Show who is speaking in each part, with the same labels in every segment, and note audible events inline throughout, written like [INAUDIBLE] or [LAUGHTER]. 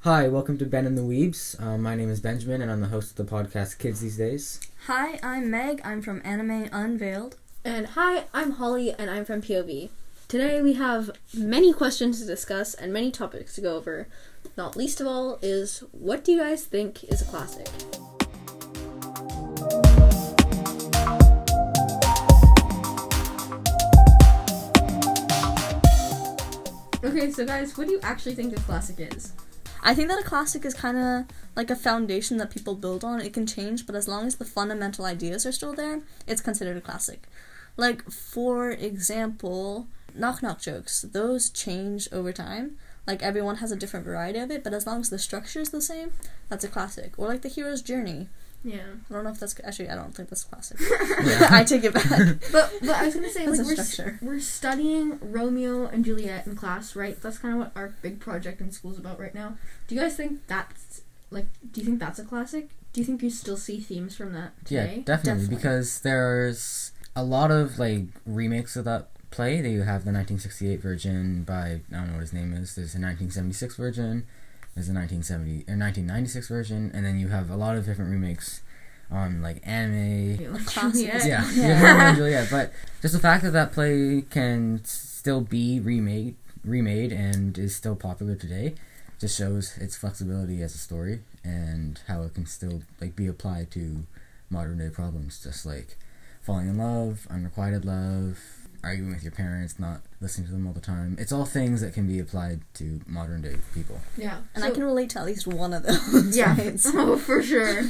Speaker 1: Hi, welcome to Ben and the Weebs. Uh, my name is Benjamin, and I'm the host of the podcast Kids These Days.
Speaker 2: Hi, I'm Meg. I'm from Anime Unveiled.
Speaker 3: And hi, I'm Holly, and I'm from POV. Today we have many questions to discuss and many topics to go over. Not least of all is what do you guys think is a classic? Okay, so guys, what do you actually think a classic is?
Speaker 2: I think that a classic is kind of like a foundation that people build on. It can change, but as long as the fundamental ideas are still there, it's considered a classic. Like, for example, knock knock jokes, those change over time. Like, everyone has a different variety of it, but as long as the structure is the same, that's a classic. Or, like, the hero's journey.
Speaker 3: Yeah.
Speaker 2: I don't know if that's actually, I don't think that's a [LAUGHS] classic. I take it [LAUGHS] back.
Speaker 3: But but I was gonna say
Speaker 2: That's
Speaker 3: like
Speaker 2: a
Speaker 3: we're, s-
Speaker 2: structure.
Speaker 3: we're studying Romeo and Juliet in class, right? That's kind of what our big project in school's about right now. Do you guys think that's like? Do you think that's a classic? Do you think you still see themes from that
Speaker 1: Yeah,
Speaker 3: today?
Speaker 1: definitely,
Speaker 2: Definitely.
Speaker 1: because there's a lot of like remakes of that play. That you have the 1968 version by I don't know what his name is. There's a 1976 version. There's a 1970 or 1996 version, and then you have a lot of different remakes on like anime.
Speaker 3: Romeo and
Speaker 2: Classic.
Speaker 3: [LAUGHS] Juliet.
Speaker 1: Yeah,
Speaker 2: Yeah.
Speaker 1: yeah, Romeo and Juliet. But just the fact that that play can still be remade, remade, and is still popular today, just shows its flexibility as a story and how it can still like be applied to modern day problems, just like falling in love, unrequited love, arguing with your parents, not listening to them all the time. It's all things that can be applied to modern day people.
Speaker 3: Yeah.
Speaker 2: And I
Speaker 3: So-
Speaker 2: can relate to at least one of [COUGHS] those. [LAUGHS]
Speaker 3: Yeah.
Speaker 2: right?
Speaker 3: [LAUGHS] Oh, for sure.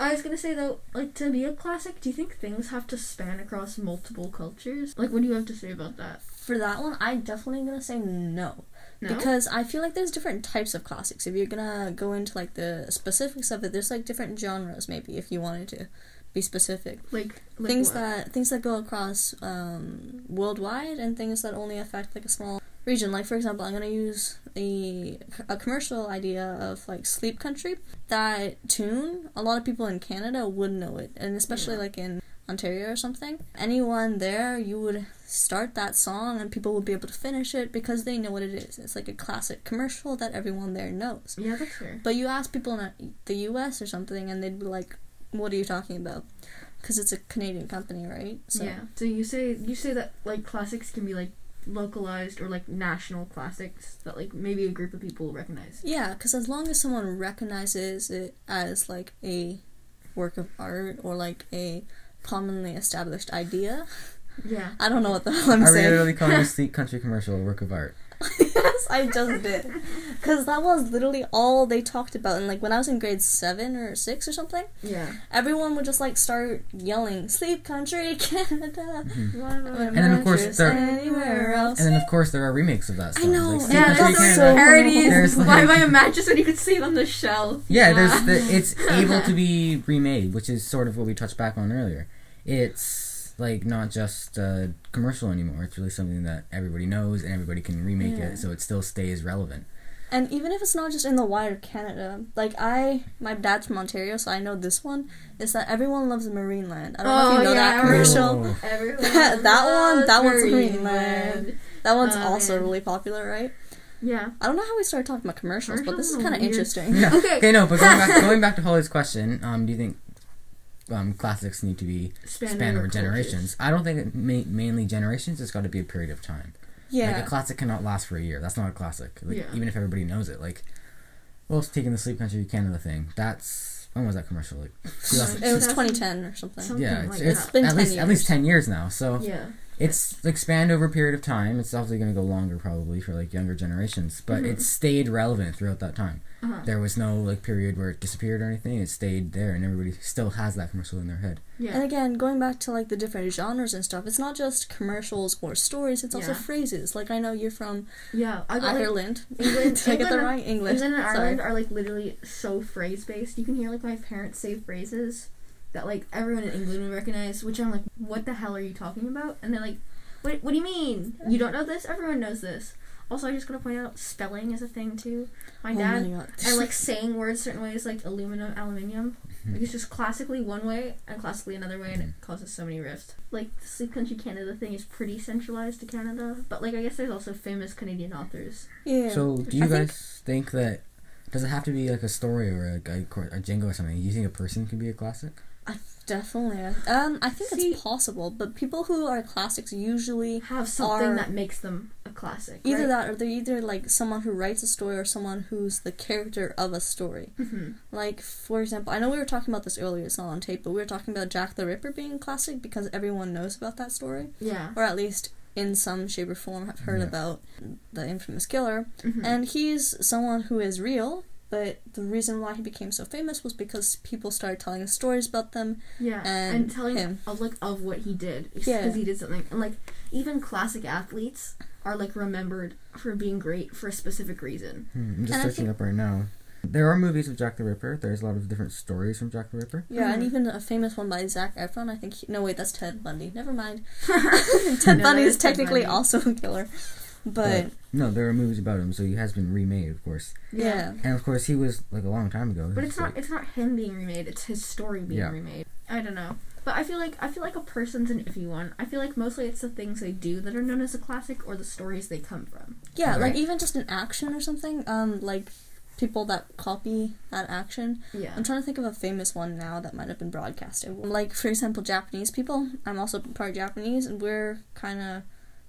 Speaker 3: I was gonna say though, like to be a classic, do you think things have to span across multiple cultures? Like, what do you have to say about that?
Speaker 2: For that one, I definitely gonna say no.
Speaker 3: No.
Speaker 2: Because I feel like there's different types of classics. If you're gonna go into like the specifics of it, there's like different genres maybe if you wanted to be specific.
Speaker 3: like, like
Speaker 2: things
Speaker 3: what?
Speaker 2: that things that go across um, worldwide and things that only affect like a small region. Like for example, I'm gonna use a a commercial idea of like Sleep Country. That tune, a lot of people in Canada would know it, and especially
Speaker 3: Yeah.
Speaker 2: like in Ontario or something. Anyone there, you would start that song and people would be able to finish it because they know what it is. It's like a classic commercial that everyone there knows.
Speaker 3: Yeah, that's fair.
Speaker 2: But you ask people in the U.S. or something, and they'd be like, "What are you talking about?" Because it's a Canadian company, right?
Speaker 3: Yeah. So you say you say that like classics can be like localized or like national classics that like maybe a group of people recognize.
Speaker 2: Yeah, because as long as someone recognizes it as like a work of art or like a commonly established idea,
Speaker 3: Yeah.
Speaker 2: I don't know what the hell I'm
Speaker 1: Are we
Speaker 2: saying. [LAUGHS]
Speaker 1: literally calling this the country commercial a work of art?
Speaker 2: yes, I just did. Because that was literally all they talked about. And like when I was in grade seven or six or something,
Speaker 3: Yeah.
Speaker 2: everyone would just like start yelling, "Sleep Country, [LAUGHS] Canada."
Speaker 1: Mm-hmm. And then, of course,
Speaker 2: Mattress
Speaker 1: there-
Speaker 2: anywhere else.
Speaker 1: And then of course there are remakes of that
Speaker 2: I
Speaker 1: song.
Speaker 2: know,
Speaker 1: Like,
Speaker 2: Yeah,
Speaker 3: Yeah,
Speaker 1: Sleep Country Canada.
Speaker 2: that's so
Speaker 3: there's so
Speaker 2: horrible.
Speaker 3: parodies
Speaker 1: There's,
Speaker 3: by
Speaker 1: like-
Speaker 2: [LAUGHS]
Speaker 3: my mattress and you could see it on the shelf.
Speaker 1: Yeah,
Speaker 2: Yeah.
Speaker 1: there's the, it's able to be remade, which is sort of what we touched back on earlier. It's like not just uh, commercial anymore. It's really something that everybody knows and everybody can remake
Speaker 3: Yeah.
Speaker 1: it, so it still stays relevant.
Speaker 2: And even if it's not just in the wider Canada, like I, my dad's from Ontario, so I know this one is that everyone loves Marineland. I don't know if
Speaker 3: Oh,
Speaker 2: you know
Speaker 3: yeah,
Speaker 2: that
Speaker 3: I
Speaker 2: commercial.
Speaker 3: [LAUGHS]
Speaker 1: Oh.
Speaker 3: [LAUGHS]
Speaker 2: [LAUGHS]
Speaker 3: Everyone
Speaker 2: That one- that
Speaker 3: loves
Speaker 2: one's
Speaker 3: Marineland.
Speaker 2: Greenland. That one's
Speaker 3: Oh,
Speaker 2: also
Speaker 3: man.
Speaker 2: really popular, right?
Speaker 3: Yeah.
Speaker 2: I don't know how we started talking about commercials, but this is
Speaker 3: Commercials are
Speaker 2: kind of
Speaker 3: weird.
Speaker 2: interesting.
Speaker 1: Yeah.
Speaker 3: Okay.
Speaker 1: Okay. No, but going back, going back to Holly's question, um, do you think um, classics need to be
Speaker 3: Span,
Speaker 1: span over
Speaker 3: cultures.
Speaker 1: generations? I don't think it ma- mainly generations. It's got to be a period of time. Like
Speaker 2: [LAUGHS] Yeah,
Speaker 1: a classic cannot last for a year. That's not a classic. Like,
Speaker 3: Yeah.
Speaker 1: Even if everybody knows it, like, well, it's taking the Sleep Country Canada thing. That's when was that commercial? Like,
Speaker 2: it was
Speaker 3: 2000
Speaker 2: 2010 or something.
Speaker 3: Some-
Speaker 1: yeah,
Speaker 3: Something
Speaker 1: it's,
Speaker 3: like
Speaker 1: it's
Speaker 3: that.
Speaker 2: Been
Speaker 1: at
Speaker 2: 10
Speaker 1: least at least
Speaker 2: years.
Speaker 1: ten years now. So
Speaker 3: Yeah.
Speaker 1: it's like spanned over a period of time. It's obviously going to go longer, probably for like younger generations. But
Speaker 2: Mm-hmm.
Speaker 1: it stayed relevant throughout that time.
Speaker 3: Uh-huh.
Speaker 1: There was no like period where it disappeared or anything. It stayed there, and everybody still has that commercial in their head.
Speaker 3: Yeah.
Speaker 2: And again, going back to like the different genres and stuff, it's not just commercials or stories. It's also
Speaker 3: Yeah.
Speaker 2: phrases. Like I know you're from
Speaker 3: yeah. I got, like,
Speaker 2: Ireland.
Speaker 3: England-
Speaker 2: Did [LAUGHS] I get the
Speaker 3: England-
Speaker 2: right English? [LAUGHS]
Speaker 3: England and
Speaker 2: Sorry.
Speaker 3: Ireland are like literally so phrase based. You can hear like my parents say phrases that like everyone in England would recognize, which I'm like, what the hell are you talking about? And they're like, what, what do you mean? You don't know this? Everyone knows this. Also, I just gotta point out spelling is a thing too. My
Speaker 2: Oh
Speaker 3: dad
Speaker 2: God. [LAUGHS]
Speaker 3: and like saying words certain ways, like aluminum, aluminium.
Speaker 2: Hmm.
Speaker 3: Like it's just classically one way and classically another way, and it causes so many rifts. Like the Sleep Country Canada thing is pretty centralized to Canada, but like I guess there's also famous Canadian authors.
Speaker 2: yeah.
Speaker 1: So do you
Speaker 2: I think-
Speaker 1: guys think that Does it have to be like a story or a, a, a Django or something? You think a person can be a classic?
Speaker 2: Definitely. Um, I think
Speaker 3: See-
Speaker 2: it's possible, but people who are classics usually
Speaker 3: Have something
Speaker 2: Are-
Speaker 3: that makes them a classic.
Speaker 2: either
Speaker 3: right?
Speaker 2: that or they're either like someone who writes a story or someone who's the character of a story.
Speaker 3: hmm
Speaker 2: Like for example, I know we were talking about this earlier. It's not on tape, but we were talking about Jack the Ripper being classic because everyone knows about that story,
Speaker 3: Yeah.
Speaker 2: or at least in some shape or form have heard
Speaker 1: Yeah.
Speaker 2: about the infamous killer.
Speaker 3: Mhm.
Speaker 2: And he's someone who is real. But the reason why he became so famous was because people started telling us stories about them.
Speaker 3: Yeah,
Speaker 2: and
Speaker 3: and, telling
Speaker 2: him.
Speaker 3: of like of what he did,
Speaker 2: Yeah.
Speaker 3: because he did something, and like even classic athletes are like remembered for being great for a specific
Speaker 2: [LAUGHS]
Speaker 3: reason. [LAUGHS]
Speaker 1: Hmm, I'm just
Speaker 2: And I
Speaker 1: searching
Speaker 2: think-
Speaker 1: up right now. There are movies of Jack the Ripper. There's a lot of different stories from Jack the Ripper.
Speaker 2: Yeah, and
Speaker 3: Mhm.
Speaker 2: even a famous one by Zach Efron. I think. He, no, wait, that's Ted Bundy. Never mind. Ted Bundy
Speaker 3: No, that
Speaker 2: is
Speaker 3: is Ted
Speaker 2: technically
Speaker 3: Bundy.
Speaker 2: also a killer, but
Speaker 1: No, there are movies about him, so he has been remade, of course.
Speaker 2: yeah.
Speaker 1: And of course, he was like a long time ago.
Speaker 3: but it's
Speaker 1: Like,
Speaker 3: not it's not him being remade; it's his story being
Speaker 1: Yeah.
Speaker 3: remade. I don't know, but I feel like I feel like a person's an iffy one. I feel like mostly it's the things they do that are known as a classic or the stories they come from.
Speaker 2: Yeah, like
Speaker 1: Right.
Speaker 2: even just an action or something. Um, like people that copy that action.
Speaker 3: Yeah,
Speaker 2: I'm trying to think of a famous one now that might have been broadcasted. Like for example, Japanese people. I'm also part Japanese, and we're kind of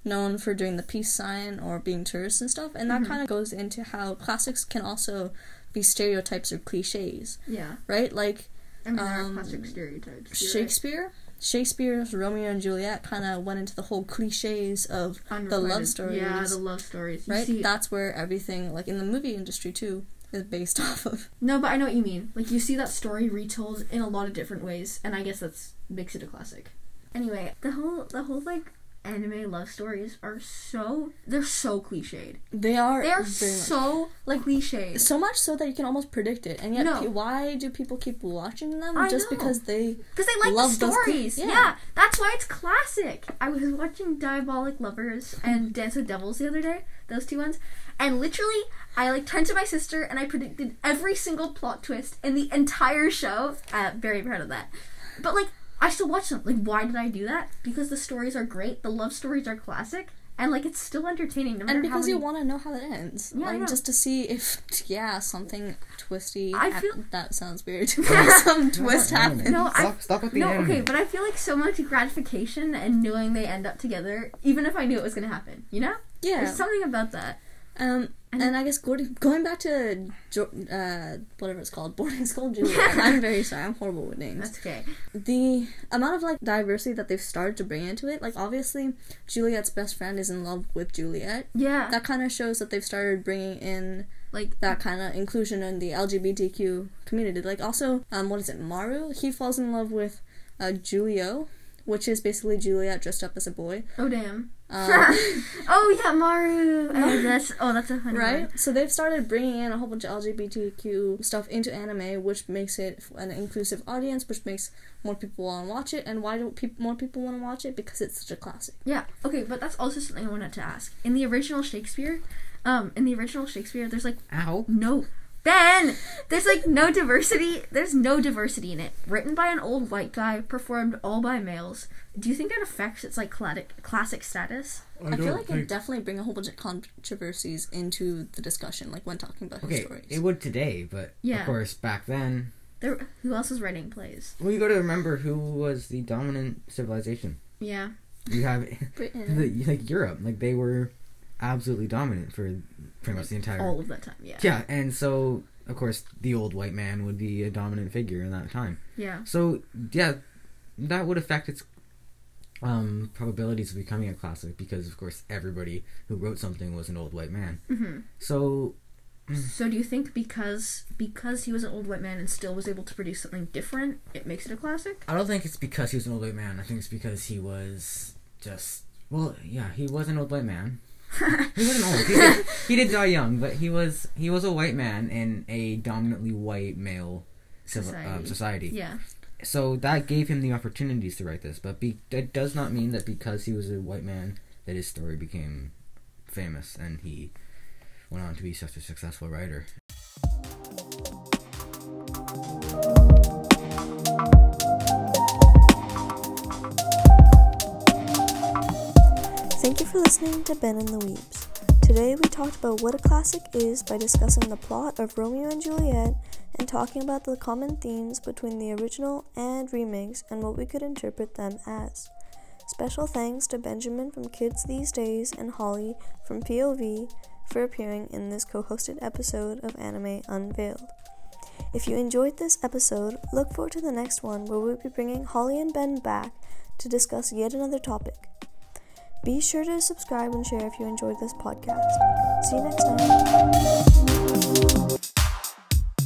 Speaker 2: known for doing the peace sign or being tourists and stuff. And that
Speaker 3: Mhm.
Speaker 2: kind of goes into how classics can also be stereotypes or cliches,
Speaker 3: yeah.
Speaker 2: right? Like
Speaker 3: I mean, there are
Speaker 2: Um,
Speaker 3: classic stereotypes. you're right.
Speaker 2: Shakespeare. Shakespeare's Romeo and Juliet kind of went into the whole cliches of the love
Speaker 3: Unrequited- Yeah,
Speaker 2: stories.
Speaker 3: the love stories. You
Speaker 2: right.
Speaker 3: see-
Speaker 2: That's where everything, like in the movie industry too, is based [LAUGHS] off of.
Speaker 3: No, but I know what you mean. Like you see that story retold in a lot of different ways, and I guess that's makes it a classic. Anyway, the whole the whole like anime love stories are so they're so cliched.
Speaker 2: They are.
Speaker 3: They are
Speaker 2: very much-
Speaker 3: so like cliched.
Speaker 2: so much so that you can almost predict it, and yet
Speaker 3: No.
Speaker 2: pe- why do people keep watching them?
Speaker 3: I
Speaker 2: just
Speaker 3: know.
Speaker 2: because they
Speaker 3: Because they like
Speaker 2: Love
Speaker 3: the
Speaker 2: those cli-
Speaker 3: stories.
Speaker 2: yeah.
Speaker 3: yeah. that's why it's classic. I was watching
Speaker 2: [LAUGHS]
Speaker 3: Diabolic Lovers and Dance with Devils the other day, those two ones, and literally I like turned to my sister and I predicted every single plot twist in the entire show. Uh, very proud of that. But like I still watch them. Like why did I do that? Because the stories are great. The love stories are classic, and like it's still entertaining. No matter
Speaker 2: and because
Speaker 3: how
Speaker 2: you
Speaker 3: many-
Speaker 2: want to know how it ends,
Speaker 3: Yeah, I
Speaker 2: like
Speaker 3: know.
Speaker 2: just to see if [LAUGHS] yeah something twisty.
Speaker 3: I
Speaker 2: hap-
Speaker 3: feel-
Speaker 2: that sounds
Speaker 3: [LAUGHS]
Speaker 2: weird. Some twist happens.
Speaker 3: [LAUGHS] No, I-
Speaker 1: stop, stop with the
Speaker 3: No,
Speaker 1: anime.
Speaker 3: okay, but I feel like so much gratification and knowing they end up together, even if I knew it was gonna happen. You know,
Speaker 2: Yeah.
Speaker 3: there's something about that.
Speaker 2: Um,
Speaker 3: And-
Speaker 2: and I guess going, going back to Jo- uh, whatever it's called, [LAUGHS] boarding school
Speaker 3: [LAUGHS]
Speaker 2: Juliet. I'm very sorry, I'm horrible with names.
Speaker 3: That's okay.
Speaker 2: The amount of like diversity that they've started to bring into it, like obviously Juliet's best friend is in love with Juliet.
Speaker 3: Yeah.
Speaker 2: That kind of shows that they've started bringing in
Speaker 3: like
Speaker 2: that kind of inclusion in the LGBTQ community. Like also, um, what is it, Maru? He falls in love with uh, Julio, which is basically Juliet dressed up as a boy.
Speaker 3: oh damn.
Speaker 2: Um,
Speaker 3: [LAUGHS] oh yeah,
Speaker 2: [LAUGHS]
Speaker 3: Maru. Oh, that's oh that's a funny
Speaker 2: right
Speaker 3: one.
Speaker 2: so they've started bringing in a whole bunch of lgbtq stuff into anime which makes it f- an inclusive audience which makes more people want to watch it and why do peop more people want to watch it because it's such a classic
Speaker 3: Yeah. Okay, but that's also something I wanted to ask. In the original Shakespeare, um, in the original Shakespeare, there's like
Speaker 1: Ow.
Speaker 3: no Ben. There's like no diversity. There's no diversity in it. Written by an old white guy, performed all by males. Do you think that affects its like classic classic status?
Speaker 2: i, feel like it definitely bring a whole bunch of controversies into the discussion like when talking about his
Speaker 1: Okay,
Speaker 2: stories
Speaker 1: it would today, but
Speaker 3: Yeah.
Speaker 1: of course back then,
Speaker 3: There, who else is writing plays?
Speaker 1: well, you got to remember who was the dominant civilization.
Speaker 3: Yeah.
Speaker 1: You have
Speaker 2: Britain.
Speaker 1: [LAUGHS] the, like Europe, like they were absolutely dominant for pretty much the entire.
Speaker 3: All of that time. Yeah.
Speaker 1: Yeah, and so of course the old white man would be a dominant figure in that time.
Speaker 3: Yeah.
Speaker 1: So yeah, that would affect its um, probabilities of becoming a classic because of course everybody who wrote something was an old white man.
Speaker 3: Mm-hmm.
Speaker 1: So
Speaker 3: So do you think because because he was an old white man and still was able to produce something different, it makes it a classic?
Speaker 1: I don't think it's because he was an old white man. I think it's because he was just well, yeah, he was an old white man. he wasn't old. He did, he did die young, but he was he was a white man in a dominantly white male civil, society.
Speaker 3: Society.
Speaker 1: Uh, society.
Speaker 3: Yeah.
Speaker 1: So that gave him the opportunities to write this, but be, that does not mean that because he was a white man that his story became famous and he went on to be such a successful writer.
Speaker 4: Thank you for listening to Ben and the Weebs. Today we talked about what a classic is by discussing the plot of Romeo and Juliet and talking about the common themes between the original and remakes and what we could interpret them as. Special thanks to Benjamin from Kids These Days and Holly from POV for appearing in this co hosted episode of Anime Unveiled. If you enjoyed this episode, look forward to the next one where we'll be bringing Holly and Ben back to discuss yet another topic. Be sure to subscribe and share if you enjoyed this podcast. See you next time.